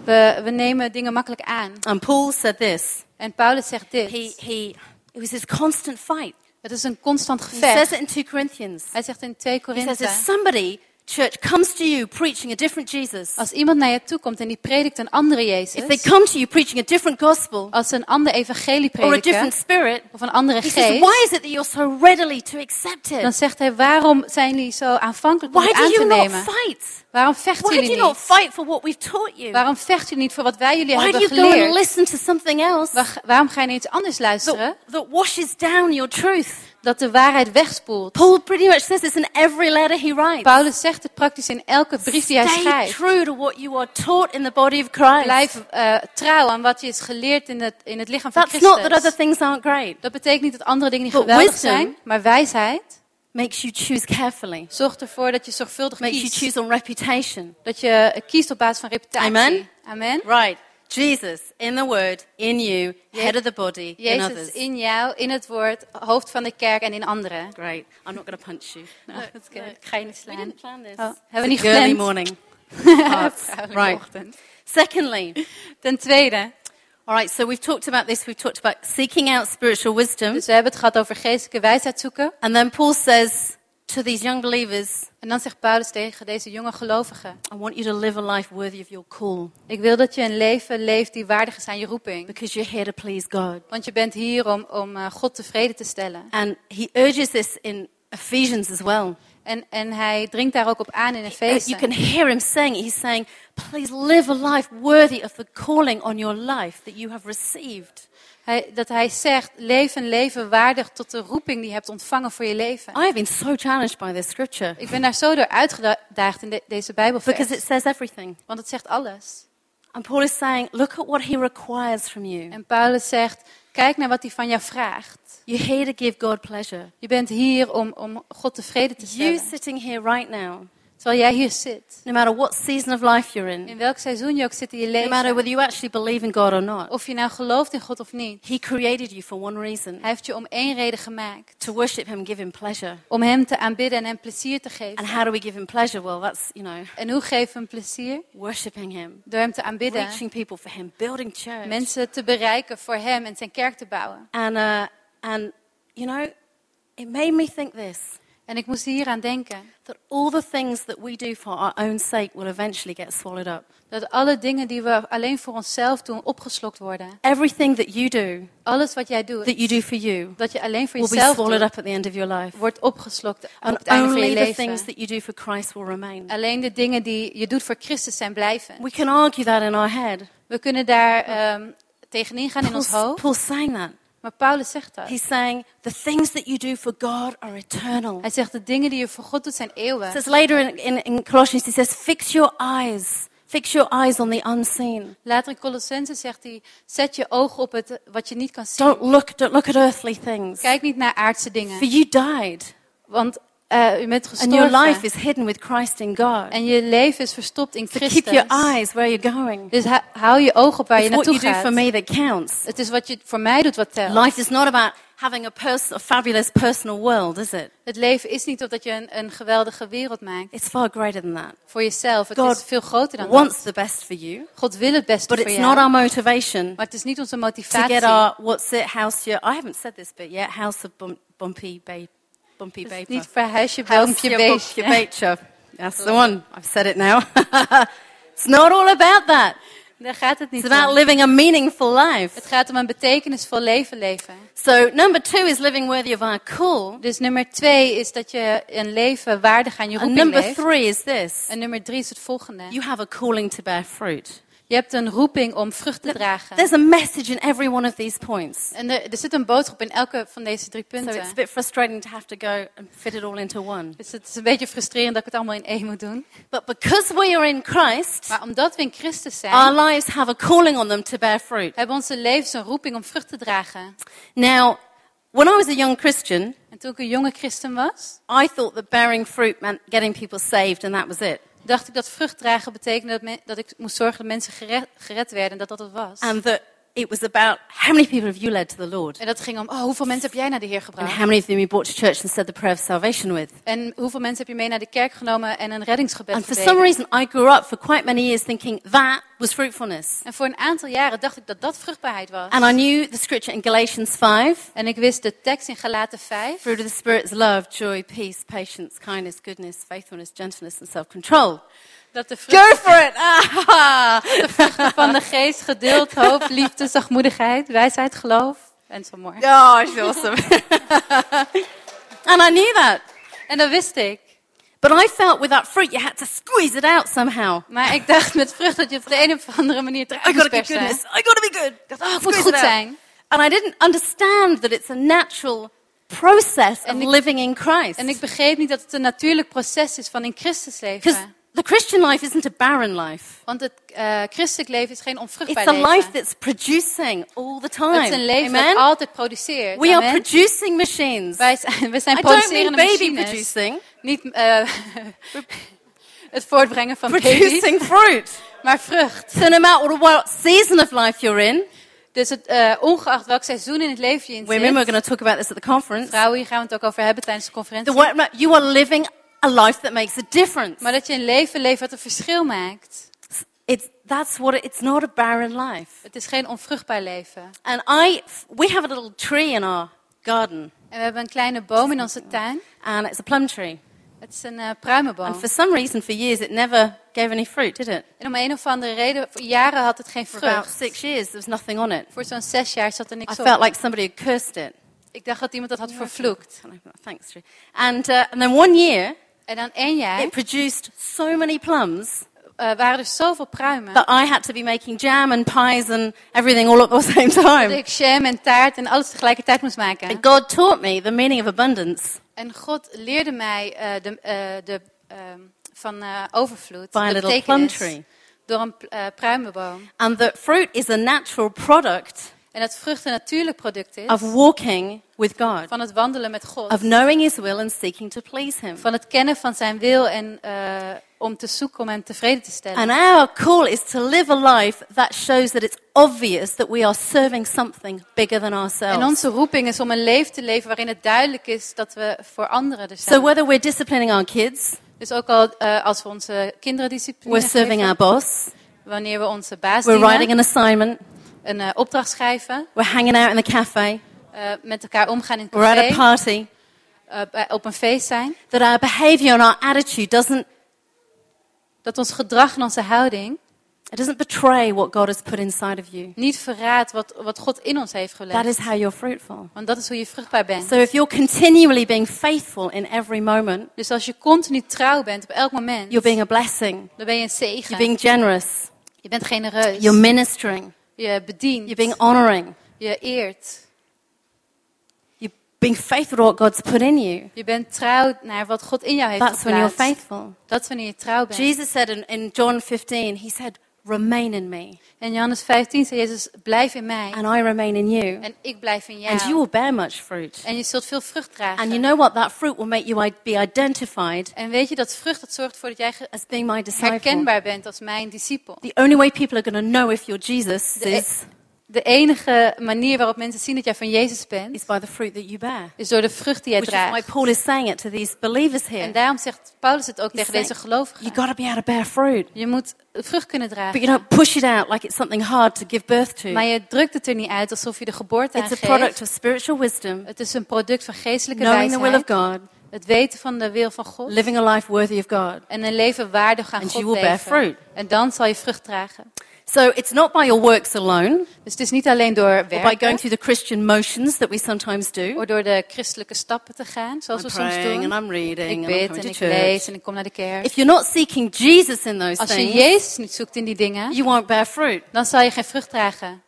We, we nemen dingen makkelijk aan. And Paul said this. En Paulus zegt dit. He, he, it was his constant fight. Het is een constant He says gevecht. it in 2 Corinthians. Hij zegt in 2 He says, Korinthe, if somebody, church, comes to you preaching a different Jesus, als iemand naar je toe komt en die predikt een andere if they Jezus, come to you preaching a different gospel als ze een ander evangelie or a different prediken, spirit, of een andere he says, geest, why is it that you're so readily to accept dan it? zegt hij, waarom zijn jullie zo aanvankelijk om Why het do aan te you not nemen? fight? Waarom vechten Why do jullie you not niet? fight for what we've taught you? Waarom vechten jullie niet voor wat wij jullie Why do hebben you go and geleerd? listen to something else that, Waar- waarom ga je naar iets anders luisteren? that washes down your truth? Dat de waarheid wegspoelt. Paul pretty much says this in every letter he writes. Paulus zegt het praktisch in elke brief die hij Stay schrijft. true to what you are taught in the body of Christ. Blijf eh, trouw aan wat je is geleerd in het, in het lichaam van That's not that other Christus. things aren't great. Dat betekent niet dat andere dingen niet But geweldig wisdom- zijn, maar wijsheid Makes you choose carefully. zorgt ervoor dat je zorgvuldig Makes you kiest. choose on reputation. Dat je kiest op basis van reputatie. Amen. Amen. Right. Jesus in the word, in you, head of the body, in Jezus others. in jou, in het woord, hoofd van de kerk en in anderen. Great. I'm not going to punch you. *laughs* Nou, dat is oké. look. Ik ga je niet We slaan. didn't plan this. Oh, It's hebben we niet a girly gepland. morning. *laughs* Hearts. *laughs* Vrouwelijke right. ochtend. Secondly, Ten tweede, all right, so we've talked about this. We've talked about seeking out spiritual wisdom. dus we hebben het gehad over geestelijke wijsheid zoeken. And then Paul says to these young believers, En dan zegt Paulus tegen deze jonge gelovigen. I want you to live a life worthy of your call Ik wil dat je een leven leeft die waardig is aan je roeping. because you're here to please God. Want je bent hier om, om eh, God tevreden te stellen. And he urges this in Ephesians as well. En, en hij dringt daar ook op aan in Uh, You Efeze. can hear him saying, it. he's saying, please live a life worthy of the calling on your life that you have received. Hij, dat hij zegt, leef een leven waardig tot de roeping die je hebt ontvangen voor je leven. I have been so challenged by this scripture Ik ben daar zo door uitgedaagd in de- because deze it Bijbelvers. says everything. Want het zegt alles. And Paul is saying, look at what he requires from you. En Paulus zegt, kijk naar wat hij van jou vraagt. You're here to give God pleasure. Je bent hier om, om God tevreden te You stellen. sitting here right now, Terwijl jij hier zit. no matter what season of life you're in, In welk seizoen je ook zit in je no matter leven. whether you actually believe in God or not, Of je nou gelooft in God of niet. he created you for one reason Hij heeft je om één reden gemaakt. to worship him, give him pleasure. Om hem te aanbidden en hem plezier te And geven. how do we give him pleasure? Well, that's, you know, En hoe geven we hem plezier? worshiping him, Door hem te aanbidden. reaching people for him, building church. Mensen te bereiken voor hem en zijn kerk te bouwen. And, uh, and, you know, it made me think this En ik moest hier aan denken. that all the things that we do for our own sake will eventually get swallowed up. Dat alle dingen die we alleen voor onszelf doen opgeslokt worden. Everything that you do, Alles wat jij doet, that you do for you, dat je alleen voor will be jezelf swallowed doet, up at the end of your life. wordt opgeslokt op And het einde van only je the things leven. that you do for Christ will remain. Alleen de dingen die je doet voor Christus zijn blijven. We can argue that in our head. We kunnen daar ehm, tegenin gaan in ons hoofd. Paul's saying that. Maar Paulus zegt dat. He's saying the things that you do for God are eternal. Hij zegt de dingen die je voor God doet zijn It eeuwen. says later in, in, in Colossians, he says, fix your eyes. Fix your eyes on the unseen. Later in Colossense zegt hij, zet je ogen op het, wat je niet kan zien. Don't look, don't look at earthly things. Kijk niet naar aardse For dingen. you died, Want eh, u bent and your life gestorven. is hidden with Christ in God. En je leven is verstopt in So keep your Christus. eyes where you're going. Dus hou- hou je ogen op waar je It's what naartoe you do for gaat. me that counts. Het is wat je voor mij doet wat telt. Life is not about having a, pers- a fabulous personal world, is it? Het leven is niet omdat je een, een geweldige wereld maakt It's far greater than that. voor jezelf. Het God is veel groter dan dat. Wants the best for you, God wil het beste but voor it's not our jou. motivation Maar het is niet onze to motivatie. get our what's it house your I haven't said this bit yet house of bum- bumpy ba- bumpy Het is paper. niet verhuis je House boompje your beestje. bumpy paper. That's the one. I've said it now. *laughs* it's not all about that. Daar gaat het It's niet about om. living a meaningful life. Het gaat om een betekenisvol leven leven. So number two is living worthy of our call, Dus nummer twee is dat je een leven waardig aan je and roeping number leeft. three is this: En nummer drie is het volgende. you have a calling to bear fruit. Je hebt een roeping om vrucht te dragen. There's a message in every one of these points. En er, er zit een boodschap in elke van deze drie So punten. it's a bit frustrating to have to go and fit it all into one. Dus het is een beetje frustrerend dat ik het allemaal in één moet doen. But because we are in Christ, Maar omdat we in Christus zijn, our lives have a calling on them to bear fruit. hebben onze levens een roeping om vrucht te dragen. Now, when I was a young Christian, En toen ik een jonge christen was, I thought that bearing fruit meant getting people saved and dat was it. dacht ik dat vrucht dragen betekende dat, men- dat ik moest zorgen dat mensen gere- gered, werden en dat dat het was. And that it was about how many people have you led to the Lord? En dat ging om, oh, hoeveel mensen heb jij naar de Heer And gebracht? how many of them you brought to church and said the prayer of salvation with? En hoeveel mensen heb je mee naar de kerk genomen en een reddingsgebed And for some gebeden? reason, I grew up for quite many years thinking that was fruitfulness. En voor een aantal jaren dacht ik dat dat vruchtbaarheid was. And I knew the scripture in Galatians 5 En ik wist de tekst in Galaten 5. fruit of the Spirit is love, joy, peace, patience, kindness, goodness, faithfulness, gentleness, and Ah. self control. Dat de vrucht Go for *laughs* it! Ah-ha! van de geest, geduld, hoop, liefde, zachtmoedigheid, wijsheid, geloof. En zo mooi. Oh, it's awesome. *laughs* and I knew that. En dat wist ik. But I felt with that fruit, you had to squeeze it out somehow. Maar ik dacht met vrucht dat je het op de een of andere manier I eruit gotta moest be persen. goodness. I gotta be good. Oh, ik moet Squeeze goed it out. zijn. And I didn't understand that it's a natural process of En ik- living in Christ. En ik begreep niet dat het een natuurlijk proces is van in Christus Because leven. the Christian life isn't a barren life. Want het eh, christelijk leven is geen It's onvruchtbaar a life leven. that's producing all the Het time. is een leven Amen? dat altijd produceert. We are Amen. producing machines. Wij zijn, we zijn I don't mean producerende baby machines. producing. Niet eh, *laughs* het voortbrengen van baby's, Producing fruit. maar vrucht. So no matter what season of life you're in, Dus het, eh, ongeacht welk seizoen in het leven je in women, we're zit, going to talk about this at the conference. vrouwen, hier gaan we het ook over hebben tijdens de The conferentie. work, you are living a life that makes a difference. Maar dat je een leven leeft wat een verschil maakt. It's, that's what it, it's not a barren life. Het is geen onvruchtbaar leven. And I, we have a little tree in our garden, En we hebben een kleine boom in onze tuin. and it's a plum tree. Het is een eh, pruimenboom. And for some reason, for years, it never gave any fruit, did it? En om een of andere reden, voor jaren had het geen For about vrucht. six years, there was nothing on it. Voor zo'n zes jaar zat er I niks felt op. like somebody had cursed it. Ik dacht dat iemand dat had vervloekt. Thanks, tree. And, uh, and then one year, En dan één jaar it produced so many plums eh, waren er zoveel pruimen. that I had to be making jam and pies and everything all at the *laughs* same time. Dat ik jam en taart en alles tegelijkertijd moest maken. And God taught me the meaning of abundance En God leerde mij eh, de, eh, de, ehm, van eh, overvloed, by a de little plum betekenis, tree. door een eh, pruimenboom. And that fruit is a natural product En dat vrucht een natuurlijk product is of walking with God, van het wandelen met God. of knowing His will and seeking to please Him. Van het kennen van zijn wil en eh, om te zoeken om hem tevreden te stellen. And our call is to live a life that shows that it's obvious that we are serving something bigger than En ourselves. onze roeping is om een leven te leven waarin het duidelijk is dat we voor anderen er So zijn. whether we're disciplining our kids, Dus ook al eh, als we onze kinderen we're disciplineren, serving our boss, wanneer we onze baas we're dienen, writing an assignment, een eh, opdracht schrijven, we're hanging out in the cafe, eh, met elkaar omgaan in het we're at café, a party, eh, bij- op een feest zijn, that our behavior and our attitude doesn't dat ons gedrag en onze houding it doesn't betray what God has put inside of you. niet verraadt wat, wat God in ons heeft gelegd. That is how you're fruitful. Want dat is hoe je vruchtbaar bent. So if you're continually being faithful in every moment, Dus als je continu trouw bent op elk moment, you're being a blessing. dan ben je een You're zegen. being generous. je bent genereus. You're ministering. je bedient. You're being honoring. je eert. You're being faithful to what God's put in you. Je bent trouw naar wat God in jou heeft That's when you're geplaatst. faithful. Dat is wanneer je trouw bent. Jesus said in, in John 15, He said, Remain in me, En Johannes 15 zei Jezus, blijf in mij. and I remain in you, En ik blijf in and you jou. will bear much fruit. En je zult veel vrucht dragen. And you know what? That fruit will make you i- be identified en weet je, dat vrucht dat zorgt ervoor dat jij ge- as being my disciple. herkenbaar bent als mijn discipel. The only way people are going to know if you're Jesus De, is, de enige manier waarop mensen zien dat jij van Jezus bent, is by the fruit that you bear. is door de vrucht die jij Which is why draagt. Paul is saying it to these believers here. En daarom zegt Paulus het ook He's tegen deze saying, you gelovigen. got to be able to bear fruit. Je moet vrucht kunnen But you dragen. don't push it out like it's something hard to give birth Maar to. je drukt het er niet uit alsof je de geboorte aan It's a product geeft. of spiritual wisdom, Het is een product van geestelijke knowing the will of wijsheid. God, Het weten van de wil van God. living a life worthy of God. En een leven waardig aan And God you will bear leven. fruit. En dan zal je vrucht dragen. So it's not by your works alone, Dus het is niet alleen door or by going werken, through the Christian motions that we sometimes do. of door de christelijke stappen te gaan, zoals I'm we soms praying and doen. I'm reading and Ik I'm bid coming en to ik lees church. en ik kom naar de kerk. If you're not seeking Jesus in those Als je things, Jezus niet zoekt in die dingen, you won't bear fruit. dan zal je geen vrucht dragen.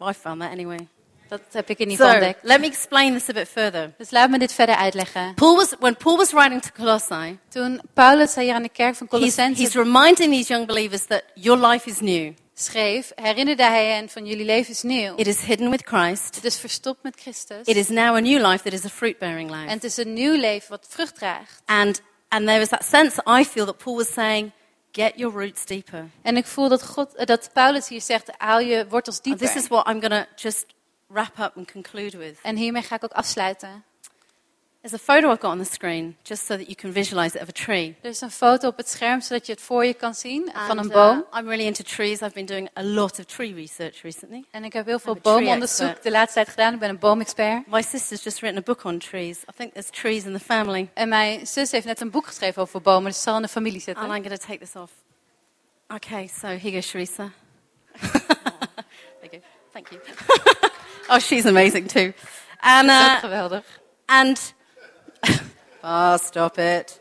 I found that anyway. Dat heb ik in ieder geval So ontdekt. let me explain this a bit further. Dus laat me dit verder uitleggen. Paul was, when Paul was writing to Colossae, Toen Paulus hier aan de kerk van he's, he's Colossense reminding these young believers that your life is new. schreef, herinnerde hij hen van jullie leven is nieuw. It is hidden with Christ. Het is verstopt met Christus. It is now a new life that is a fruit bearing En life. het is een nieuw leven wat vrucht draagt. And, and there was that sense I feel that Paul was saying, Get your roots deeper. En ik voel dat, God, eh, dat Paulus hier zegt, haal je wortels And dieper. this is what I'm going to just wrap up and conclude with. En hiermee ga ik ook afsluiten. There's a photo I've got on the screen, just so that you can visualize it, of a tree. Er is een foto op het scherm, zodat je het voor je kan zien van een And, boom. uh, I'm really into trees. I've been doing a lot of tree research recently. en ik heb heel veel I'm a tree boomonderzoek expert. de laatste tijd gedaan. Ik ben een boomexpert. My sister's just written a book on trees. I think there's trees in the family. En mijn zus heeft net een boek geschreven over bomen, dus het zal in de familie zitten. And I'm going to take this off. Okay, so here goes *laughs* Sharissa. there you go. Thank you. *laughs* oh, she's amazing too. And, Dat is uh, ook geweldig. and *laughs* ah, stop it.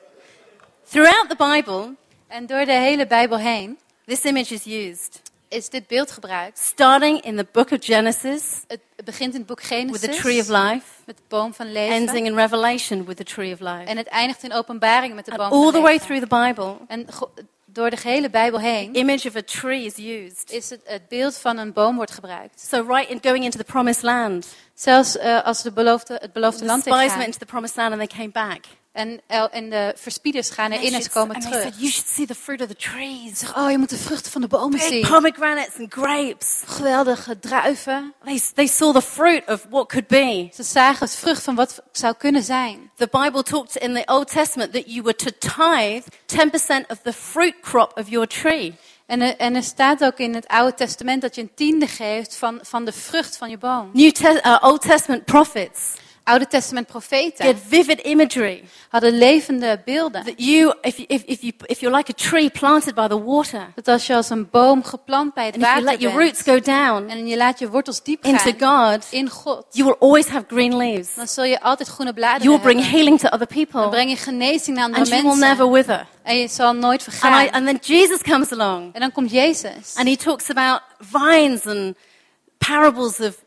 Throughout the Bible, En door de hele Bijbel heen this image is used, is dit beeld gebruikt. starting in the book of Genesis Het begint in het boek with the tree of Genesis life, met de boom van leven. ending in Revelation with the tree of life, En het eindigt in openbaring met de and boom all the van way leven. through the Bible, En go- door de hele Bijbel heen image of a tree is used. is het, het beeld van een boom wordt gebruikt. So right in going into the promised land, Zelfs eh, als de beloofde, het beloofde the land spies went ingaan. into the promised land and they came back. En, el- en de verspieders gaan And they erin en ze should- komen and they terug. said, you should see the fruit of the trees. Oh, je moet de vruchten van de bomen Big zien. pomegranates and grapes. Geweldige druiven. They, they saw the fruit of what could be. Ze zagen het vrucht van wat zou kunnen zijn. The Bible talked in the Old Testament that you were to tithe 10% of the fruit crop of your tree. En, er- en er staat ook in het Oude Testament dat je een tiende geeft van, van de vrucht van je boom. New Te- uh, Old Testament prophets Oude Testament get profeten vivid imagery hadden levende beelden. that you, if, you- if, if, you, if you're like a tree planted by the water, Dat als je als een boom geplant bij het and if you water let your bent roots go down en je laat je wortels diep into gaan God, in God, you will always have green leaves. dan zul je altijd groene You will bladeren bring hebben. healing to other Dan people, breng je genezing naar and andere you will never mensen. wither. En je zal nooit And, I, vergaan. and then Jesus comes along En dan komt Jezus. and he talks about vines and parables of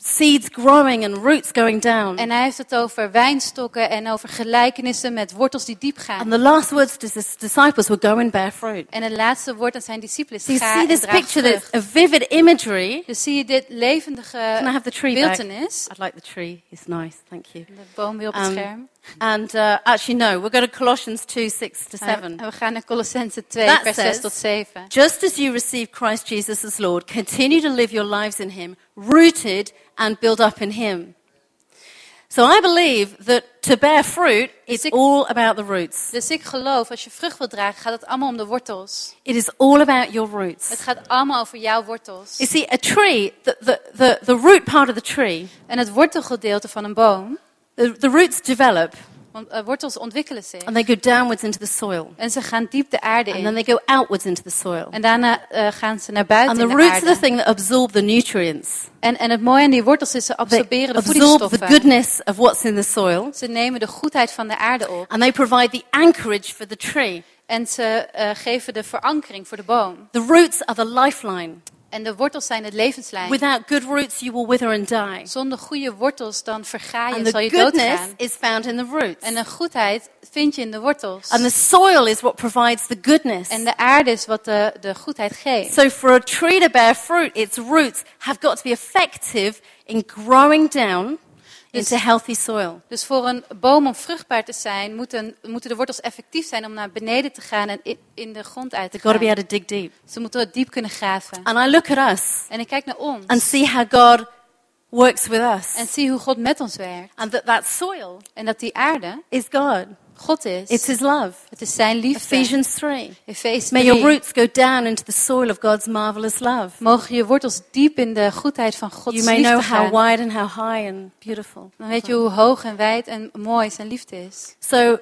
seeds growing and roots going down. En hij heeft het over wijnstokken en over gelijkenissen met wortels die diep gaan. And the last words to his disciples were go and bear fruit. En het laatste woord aan zijn discipelen So you is ga see en this draag picture, this vrucht. a vivid imagery. Dus zie je dit levendige Can I have the tree back? beeldenis. I'd like the tree. It's nice. Thank you. De boom weer op het Um, scherm. and uh, actually, no, we're going to Colossians 2, 6 to En 7. we gaan naar Colossense 2, That vers says- 6 tot 7. Just as you received Christ Jesus as Lord, continue to live your lives in Him, rooted and built up in Him. So I believe that to bear fruit is Six- all about the roots. Dus ik geloof, als je vrucht wilt dragen, gaat het allemaal om de wortels. It is all about your Het roots. gaat allemaal over jouw wortels. You see, a tree, the, the, the, the root part of the tree, En het wortelgedeelte van een boom, the, the roots develop want eh, wortels ontwikkelen zich. and they go downwards into the soil. En ze gaan diep de aarde And then in. they go outwards into the soil. En daarna eh, gaan ze naar buiten And the in de roots are the aarde. thing that absorb the nutrients. En, en het mooie aan die wortels is, ze They absorberen de absorb the voedingsstoffen. goodness of what's in the soil. Ze nemen de goedheid van de aarde op. And they provide the anchorage for the tree. En ze eh, geven de verankering voor de boom. The roots are the lifeline. En de wortels zijn het levenslijn. Without good roots, you will wither and die. Zonder goede wortels dan verga je And en zal the je goodness doodgaan. is found in the roots. En de goedheid vind je in de wortels. And the soil is what provides the goodness. En de aarde is wat de, de goedheid geeft. So for a tree to bear fruit, its roots have got to be effective in growing down Dus- into healthy soil. Dus voor een boom om vruchtbaar te zijn, moeten, moeten de wortels effectief zijn om naar beneden te gaan en in, in de grond uit te They've got to be gaan. able to dig deep. Ze moeten het diep kunnen graven. And I look at us. En ik kijk naar ons and see how God works with en us. zie hoe God met ons werkt. And that that soil En dat die aarde is God. God is. It's His love. het is zijn liefde. Ephesians 3. Efeze May your 3. roots go down into the soil of God's marvelous love. Mogen je wortels diep in de goedheid van Gods You may liefde know how gaan. wide and how high and beautiful. Dan weet je hoe hoog en wijd en mooi zijn liefde is. So,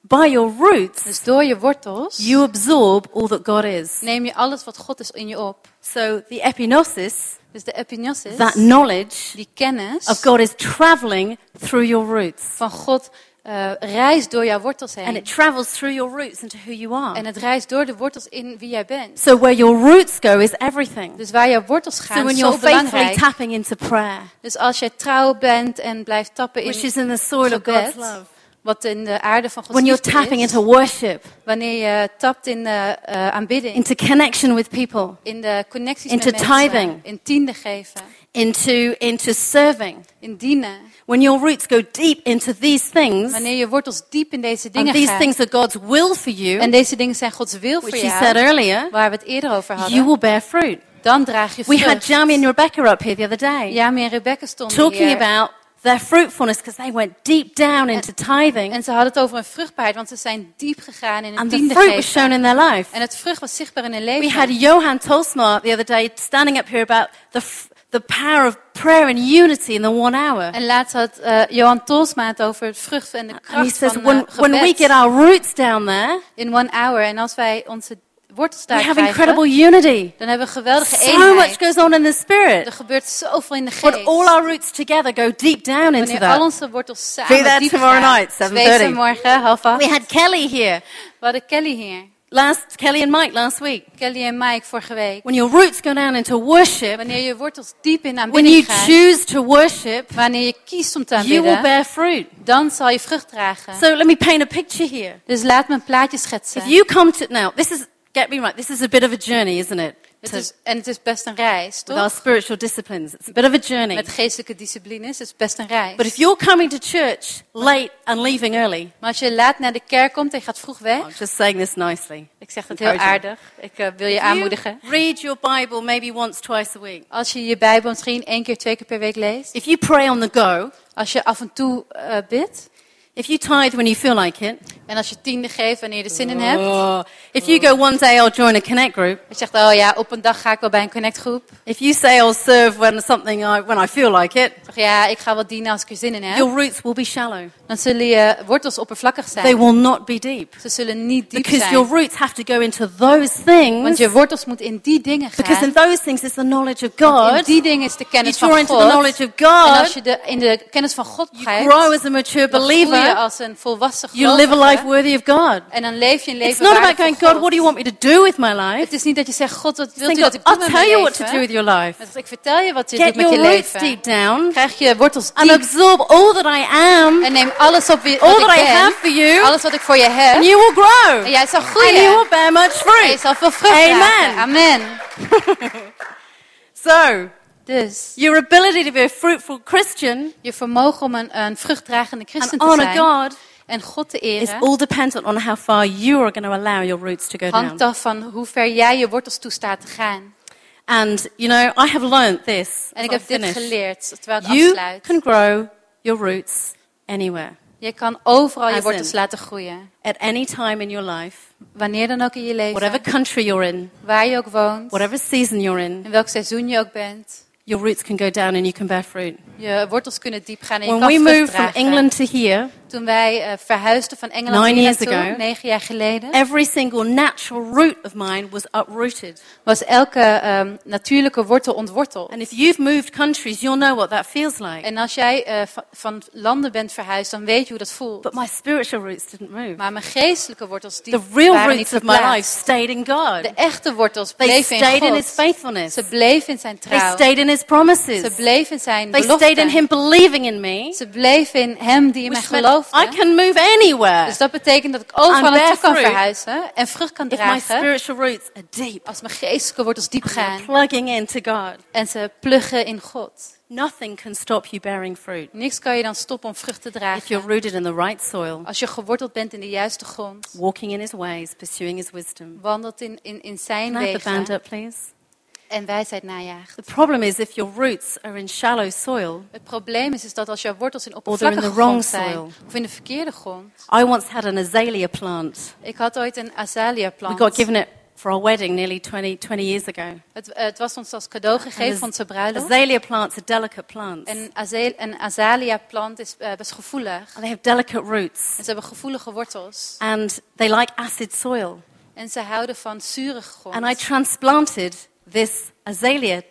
by your roots, Dus door je wortels you absorb all that God is. neem je alles wat God is in je op. So, the epinosis, Dus de epignosis, that knowledge die kennis of God is traveling through your roots. van God, eh, reist door jouw wortels heen. And it travels through your roots into who you En are. het reist door de wortels in wie jij bent. So, where your roots go is everything. Dus waar jouw wortels gaan, So when is zo you're faithfully belangrijk. tapping into prayer, Dus als jij trouw bent en blijft tappen which in is in the soil of God's gebed, love, wat in de aarde van Gods when you're liefde tapping is, into worship, wanneer je tapt in eh, eh, aanbidding, into connection with people, in de connecties Into met mensen, tithing. in tiende geven, into, into serving. in dienen. When your roots go deep into these things, Wanneer je wortels diep in deze and dingen these gaat. things are God's will for you, En deze dingen zijn Gods wil voor which he said jou. earlier, Waar we het eerder over you hadden. will bear fruit. Dan draag je We had vrucht. Jamie and Rebecca up here the other day Jami en Rebecca stonden talking hier. about their fruitfulness because they went deep down into tithing En ze hadden het over een vruchtbaarheid. Want ze zijn diep gegaan in een and the fruit was tiende shown in their life. En het vrucht was zichtbaar in hun We leven. had Johan Tolsma the other day standing up here about the, f- the power of prayer and unity in the one hour. En laatst had eh, Johan Tolsma het over het vrucht en de And he kracht says, van eh, when, when we gebed get our roots down there, in one hour. En als wij onze wortels daar we have krijgen, incredible unity. dan hebben we geweldige So much eenheid. goes on in the Er spirit. gebeurt zoveel in de geest. When all our roots together go deep down into Wanneer al that. onze wortels Be there samen diep tomorrow gaan. night, 7:30. Wees er morgen, half acht. We had Kelly here We hadden Kelly hier. last, Kelly and Mike last week. Kelly en Mike vorige week. When your roots go down into worship, Wanneer je wortels diep in when you aanbidding gaat. choose to worship, Wanneer je kiest om te you will aanbidden. bear fruit. Dan zal je vrucht dragen. So let me paint a picture here. Dus laat me een plaatje schetsen. If you come to now, this is get me right. This is a bit of a journey, isn't it? Het To- is, en het is best een reis, with our toch? spiritual disciplines, it's a bit of a journey. Met geestelijke disciplines. Het is best een reis. But if you're coming to church late and leaving early, Maar als je laat naar de kerk komt en je gaat vroeg I'm weg. Oh, just saying this nicely. Ik zeg dat heel Encouraging. aardig. Ik eh, wil je If aanmoedigen. You read your Bible maybe once, twice a week. Als je je Bijbel misschien één keer, twee keer per week leest. If you pray on the go, Als je af en toe eh, bidt. if you tithe when you feel like it, En als je tiende geeft wanneer je er zin in hebt. oh, if you go one day I'll join a connect group, Je zegt, oh ja, op een dag ga ik wel bij een connectgroep. if you say I'll serve when something I, when I feel like it, Zeg, ja, ik ga wel dienen als ik er zin in heb. your roots will be shallow. Dan zullen je wortels oppervlakkig They zijn. will not be deep. Ze zullen niet diep Because your zijn. roots have to go into those Want things. je wortels moeten in die dingen Because in gaan. those things is the knowledge of Want In God. die dingen is de You kennis draw van into the God. knowledge of En God. als je de, in de kennis van God You grow begrijpt, as a mature dan groei je believer. als een volwassen You live a life gelovige. worthy of God. En dan leef je een It's leven not about waardig going, voor God, what do you want me to do with my life? Het is niet dat je zegt, God, wat wilt Think, u dat God, ik doe I'll met tell mijn you what to do leven? with your life. Hij zegt, Ik vertel je wat je doet Get met je your roots leven. deep down Krijg je wortels and diep absorb all that I am, en neem alles op wie, all wat ik that I ben. have for you, Alles wat ik voor je and heb. you will En grow. jij zal And you groeien. will bear much En je fruit. zal veel vrucht Amen. dragen. Amen. So, Dus your ability to be a fruitful Christian je vermogen om een, een vruchtdragende and christen te honor zijn God en God te is eren all dependent on how far you are going to allow your roots to go down. hangt af van hoe ver jij je wortels toestaat te gaan. And, you know, I have learned this. En ik as I heb dit finish. geleerd, terwijl het You afsluit. can grow your roots anywhere, Je kan overal As je in. wortels laten groeien. at any time in your life, Wanneer dan ook in je whatever leven, country you're in, waar je ook woont, whatever season you're in, in welk seizoen je ook bent. your roots can go down and you can bear fruit. Je wortels kunnen diep gaan en je When kan we vrucht moved from dragen. England to here, Toen wij eh, verhuisden van Engeland Nine hier years naartoe, ago. negen jaar geleden, every single natural root of mine was uprooted. was elke ehm, natuurlijke wortel ontworteld. And if you've moved countries, you'll know what that feels like. En als jij eh, va- van landen bent verhuisd, dan weet je hoe dat voelt. But my spiritual roots didn't move. Maar mijn geestelijke wortels, die The real waren niet roots of my life verplaatst. stayed in De God. echte wortels They bleven stayed in in His God. faithfulness. Ze bleven in zijn They trouw. stayed in His Ze promises. bleven in zijn They stayed in belofte. Him believing in me. Ze bleven in hem die in mij Which meant I geloofde. can move anywhere Dus dat betekent dat ik overal And bear naartoe kan fruit. verhuizen en vrucht kan if my dragen spiritual roots are deep. als mijn geestelijke wortels diep They're gaan. plugging into God. En ze pluggen in God. Nothing can stop you bearing fruit Niks kan je dan stoppen om vrucht te if you're dragen. rooted in the right soil, Als je geworteld bent in de juiste grond. walking in His ways, pursuing His wisdom. Wandelt in, in, in zijn Can I have the band wegen up, please? en wijsheid najaagt. The problem is if your roots are in shallow soil. Het probleem is, is dat als jouw wortels in they're in oppervlakkige the wrong grond zijn, soil. of in de verkeerde grond. I once had an azalea plant. Ik had ooit een azalea We got plant. given it for our wedding nearly 20, 20 years ago. Het, eh, het was ons als cadeau And gegeven az- van onze bruiloft. azalea plants are delicate plants. And Een, azel, een azalea plant is eh, best gevoelig. they have delicate roots. En ze hebben gevoelige wortels. And they like acid soil. En ze houden van zure grond. And I transplanted this azalea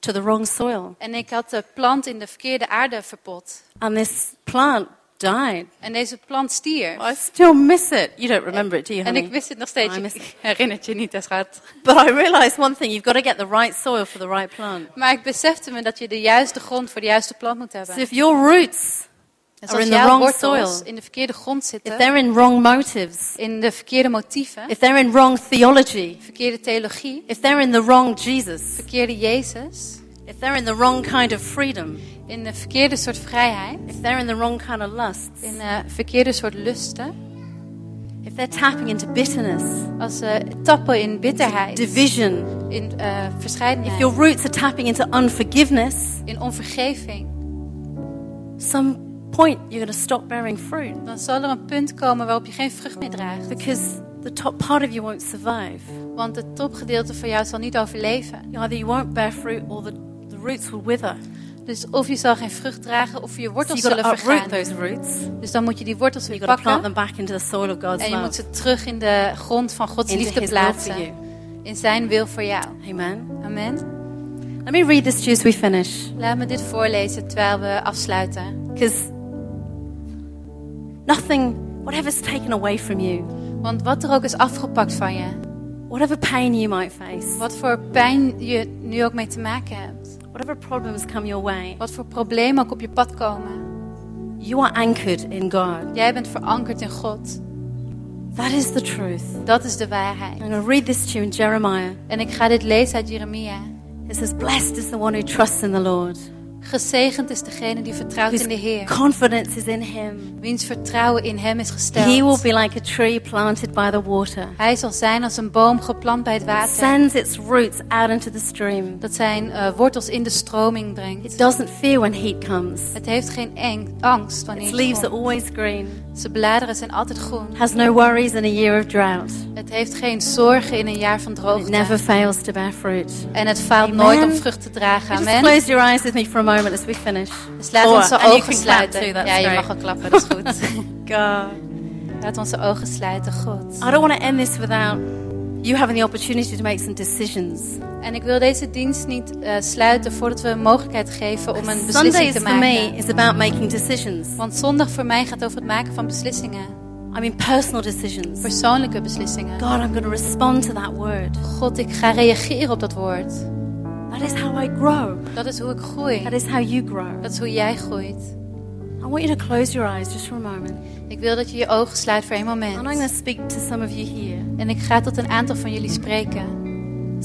to the wrong soil. En ik had de plant in de verkeerde aarde verpot. And this plant died. En deze plant stierf. I still miss it. You don't remember it, do you, En ik honey? wist het nog steeds. I miss Ik herinner het je niet, hè, schat. But I realized one thing. You've got to get the right soil for the right plant. Maar ik besefte me dat je de juiste grond voor de juiste plant moet So hebben. if your roots, Dus are als in the jouw wrong wortels soil. in de verkeerde grond if zitten, they're in wrong motives, in de verkeerde motieven, if they're in wrong theology, verkeerde theologie, if they're in the wrong Jesus, verkeerde Jezus, If they're in the wrong kind of freedom, in de verkeerde soort vrijheid, if they're in the wrong kind of lusts, in eh verkeerde soort lusten, if they're tapping into bitterness, als ze tappen in bitterheid, division, in eh if verscheidenheid, your roots are tapping into unforgiveness, in onvergeving, some point you're going to stop bearing fruit dan zal er een punt komen waarop je geen vrucht meer draagt. because the top part of you won't survive. Want het topgedeelte van jou zal niet overleven. Either you won't bear fruit or the, the roots will wither. Dus of je zal geen vrucht dragen of je So wortels you've got zullen to uproot vergaan. those roots. Dus dan moet je die wortels You've weer got to plant pakken them back into the soil of God's en je moet love. ze terug in de grond van Gods Into liefde His will for plaatsen. you. In zijn wil voor jou. Amen. Amen. Let me read this to you as we finish. Laat me dit voorlezen terwijl we afsluiten. Because nothing, whatever's taken away from you, Want wat er ook is afgepakt van je, whatever pain you might face, wat voor pijn je nu ook mee te maken hebt, whatever problems come your way, wat voor problemen ook op je pad komen, you are anchored in God. jij bent verankerd in God. That is the truth. Dat is de waarheid. I'm going to read this to you in Jeremiah. En ik ga dit lezen uit Jeremia. It says, Blessed is the one who trusts in the Lord, Gezegend is degene die vertrouwt in de whose Heer, confidence is in Him. wiens vertrouwen in Hem is He will gesteld. be like a tree planted by the water, Hij zal zijn als een boom geplant bij het that water, sends its roots out into the stream. dat zijn eh, wortels in de stroming It brengt. doesn't fear when heat comes. Het heeft geen eng, angst Its wanneer leaves het are komt. always green, Zijn bladeren zijn altijd groen. has no worries in a year of drought. Het heeft geen zorgen in een jaar van It never droogte. fails to bear fruit. En het faalt Amen. nooit om vrucht te dragen. Just Amen. close your eyes with me for a moment as we finish. Dus laat Or- onze and you ogen can clap sluiten. too, that's ja, je great. mag al klappen, dat is *laughs* goed. God. laat onze ogen sluiten, God. I don't want to end this without you having the opportunity to make some decisions. En ik wil deze dienst niet eh, sluiten voordat we een mogelijkheid geven om een beslissing Sundays te for me maken. is about making decisions. Want zondag voor mij gaat over het maken van beslissingen. I mean personal decisions. Persoonlijke beslissingen. God, I'm going to respond to that word. God, ik ga reageren op dat woord. That is how I grow. Dat is hoe ik That groei. is how you grow. Dat is hoe jij groeit. I want you to close your eyes just for a moment. Ik wil dat je je ogen sluit voor één And I'm going moment. to speak to some of you here. En ik ga tot een aantal van jullie spreken.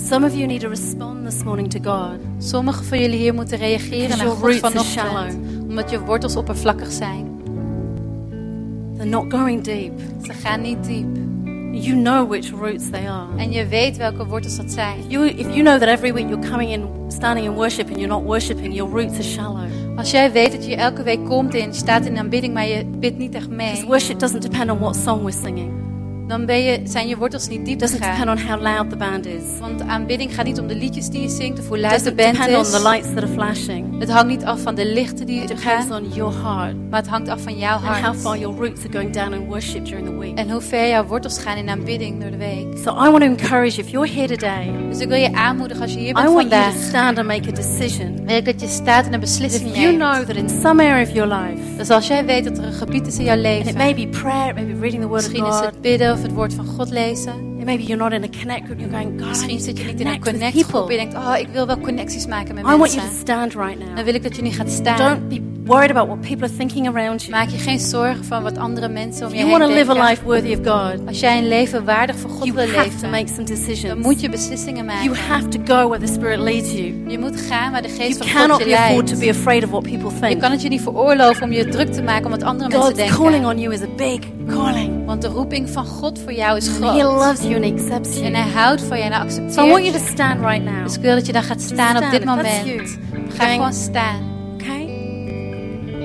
Some of you need to respond this morning to God. Sommige van jullie hier moeten reageren Because naar your God roots are vanochtend. Omdat je wortels oppervlakkig zijn. They're not going deep. Ze gaan niet diep. You know which roots they are. En je weet welke wortels dat zijn. You, if you know that every week you're coming in, standing in worship, and you're not worshiping, your roots are shallow. Als jij weet dat je elke week komt en je staat in aanbidding, maar je bidt niet echt Because mee, worship doesn't depend on what song we're singing, dan ben je, zijn je wortels niet it diep doesn't depend gegaan. on how loud the band is, Want aanbidding gaat niet om de liedjes die je zingt of hoe it luid de doesn't band depend on the is. lights that are flashing. Het hangt niet af van de lichten die It er depends gaan, on your heart maar het hangt af van jouw and how far hart. your roots are going down in worship during the week. En hoe ver jouw wortels gaan in aanbidding door de week. So I want to encourage you, if you're here today, Dus ik wil je aanmoedigen als je hier I bent want you to vandaag. stand and make a decision. Wil ik dat je staat en een That beslissing if you know neemt. that in some area of your life, Dus als jij weet dat er een gebied is in jouw and it leven, may be prayer, it may be reading the Word of Misschien is God, het bidden of het woord van God lezen. it may be you're not in a connect group, you're going, God, I Misschien need to zit je niet in een connect with connectgroep. people. Je denkt, oh, ik wil wel connecties maken met I want you to mensen. stand right now. Dan wil ik dat je nu gaat staan. Don't be worried about what people are thinking around you. Maak je geen zorgen van wat andere mensen om If je you want to heen live a denken. life worthy of God, Als jij een leven waardig voor God you wil have to make leven, some dan decisions. moet je beslissingen You maken. have to go where the Spirit leads you. Je moet gaan waar de You geest van God cannot je be afford to leidt. be afraid of what people Je think. kan het je niet veroorloven om je druk te maken om wat andere mensen God's calling denken. on you is a big calling. Want de roeping van God voor jou is And He groot. loves you and He accepts En you. hij houdt van je en hij So I want you accepteert to je. stand right now. Dus ik wil dat je dan gaat staan op dit Stand, that's moment. you. Ga Going- gewoon staan. Okay?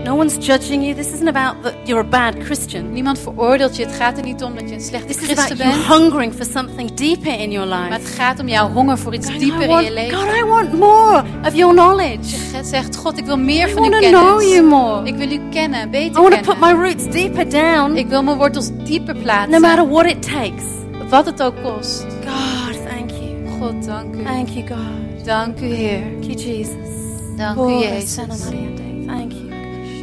No one's judging you. This isn't about that you're a bad Christian. Niemand veroordeelt je. Het gaat er niet om dat je een slechte This is about christen you bent. hungering for something deeper in your Maar life. het gaat om jouw honger voor iets God, dieper I in je want, leven. God, I want more of your knowledge. Je zegt, God, ik wil meer I van uw want to know you kennis. more. Ik wil u kennen, I beter want to put my kennen. roots deeper down, Ik wil mijn wortels dieper no matter plaatsen. what it takes. Wat het ook kost. God, thank you. God, dank u. Thank you, God. Dank u, Heer. Thank you, Jesus. Dank u, Oh, Santa Jezus. Maria Dei. Thank you.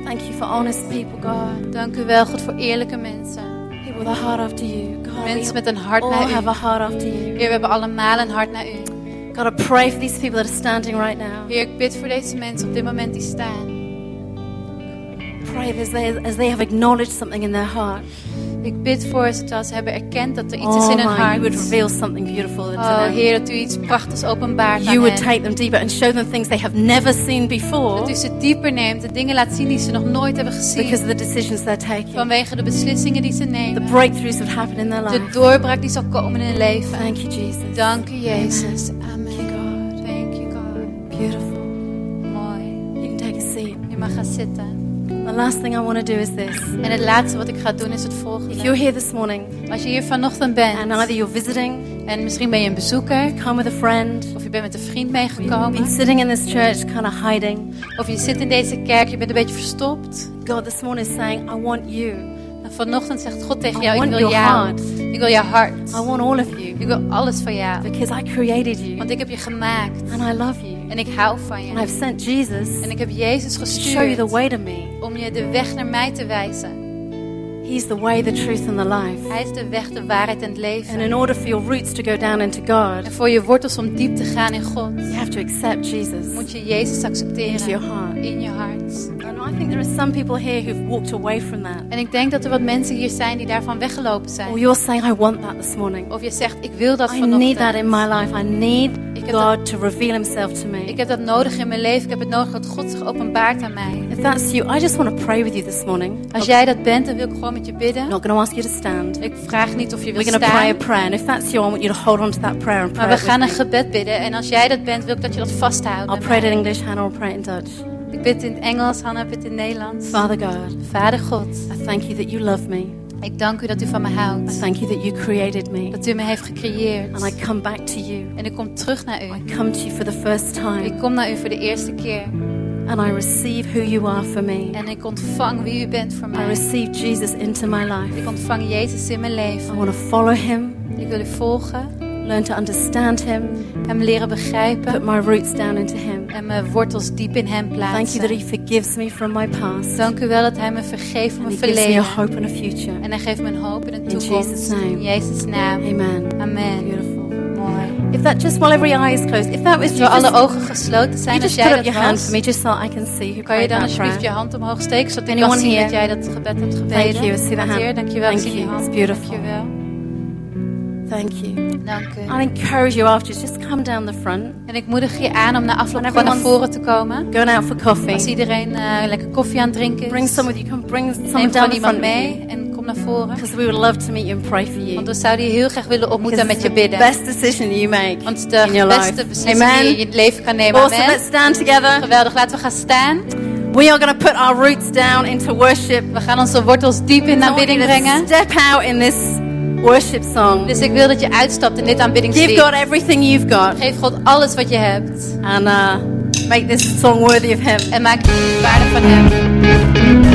Thank you for honest people, God. Dank u wel, God, voor eerlijke mensen. People with a heart after you. God, Mensen we met een hart all naar have u. a heart after you. Heer, we hebben allemaal een hart naar u. God, I pray for these people that are standing right now. Heer, ik bid voor deze mensen op dit moment die staan. Pray as they, as they have acknowledged something in their heart. Ik bid voor ze dat ze hebben erkend dat er iets is Oh in hun my, you would hart. reveal something beautiful into Oh them. Heer, dat u iets prachtigs openbaart aan You would hen. take them deeper and show them things they have never seen before Dat u ze dieper neemt en dingen laat zien die ze nog nooit hebben gezien. because of the decisions they're taking, the Vanwege de beslissingen die ze nemen. breakthroughs that happen in their De life. doorbraak die zal komen in hun leven. Thank you, Jesus. Dank u Jezus. Amen. Thank you God. Beautiful. Mooi. You can take a seat. Je mag gaan zitten. The last thing I want to do is this. En het laatste wat ik ga doen is het If you're volgende. here this morning Als je hier vanochtend and bent either you're visiting, en misschien ben je een bezoeker come with a friend, of je bent met een vriend you've been meegekomen sitting in this church kind of hiding, of je zit in deze kerk, je bent een beetje verstopt. God this morning is saying, I want you. En vanochtend zegt God tegen I jou, ik want wil your jou. heart. Ik wil jouw hart. I want all of you Ik wil alles van jou. because I created you Want ik heb je gemaakt. and I love you. En ik hou van And je. I've sent Jesus En ik heb Jezus to show you the gestuurd way to me. om je de weg naar mij te wijzen. He's the way, the truth, and the life. Hij is de weg, de waarheid en And het leven. in order for your roots to go down into God, En voor je wortels om diep te gaan in God, you have to accept Jesus moet je Jezus into your accepteren heart. in je hart. And I think there are some people here who've walked away from that. En ik denk dat er wat mensen hier zijn die daarvan weggelopen Or zijn. you're saying, I want that this morning. Of je zegt, ik wil dat Oh, I need that vanochtend. in my life. I need heb God to reveal Himself to Ik me. heb dat nodig in mijn leven. Ik heb het nodig dat God zich openbaart aan mij. If that's you, I just want to pray with you this morning. Als jij dat bent, dan wil ik gewoon met je I'm bidden. not going to ask you to stand. Ik vraag niet of je We're wilt going to pray a staan, prayer. And if that's you, I want you to hold on to that prayer and pray. maar it we with gaan een me. gebed bidden. En als jij dat bent, wil ik dat je dat vasthoudt. I'll met pray it mij. in English, Hannah will pray it in Dutch. Ik bid in het Engels, Hannah bidt in het Nederlands. Father God, Vader God, I thank you that you love me. ik dank u dat u van me I houdt. thank you that you created me. Dat u me heeft gecreëerd. And I come back to you. En ik kom terug naar I u. come to you for the first Ik time. kom naar u voor de eerste keer. And I receive who you are for me. En ik ontvang wie u bent voor I mij. receive Jesus into my life. Ik ontvang Jezus in mijn I leven. want to follow him, Ik wil u volgen, learn to understand him, hem leren put begrijpen my roots down into him. en mijn wortels diep in hem Thank you that plaatsen. he forgives me from my past. Dank u wel dat hij me vergeeft voor And mijn he gives me a verleden. hope and a future. En hij geeft me een hoop in de In Jesus' toekomst. name. In Jezus' naam. Amen. Amen. Beautiful. Mooi. If that just while every eye is closed, if that was Als you, we alle just, ogen gesloten you zijn, just als put jij up your dat hand for was, me just so I can see who kan je prayed dan that alsjeblieft je prayer. hand omhoog steken, zodat ik Anyone kan zien here? dat jij dat gebed hebt gebeden. Thank you. I see the Want hand. Heer, dankjewel. Ik Thank zie je you. It's hand. beautiful. Dankjewel. Thank you. Dank u. I'll encourage you after, just come down the front. En ik moedig je aan om na afloop And gewoon naar everyone's- voren te komen. Going out for Als coffee. iedereen eh, lekker koffie aan het drinken Bring is, some with you. Come bring someone neem down gewoon the iemand front with mee en kom naar voren. Because we would love to meet you and pray for you. Want we zouden je heel graag willen Because ontmoeten en met it's je the bidden. best decision you make Want het is in your de beste life. beslissing die je in Amen. je leven kan nemen. Awesome. Amen. Let's stand together. Geweldig, laten we gaan staan. We are going to put our roots down into worship. We gaan onze wortels diep I in de want you aanbidding to brengen. step out in this worship song. Dus ik wil dat je uitstapt in dit Give aanbiddingslied. God everything you've got Geef God alles wat je hebt. and uh, make this song worthy of Him. En maak de waarde van hem.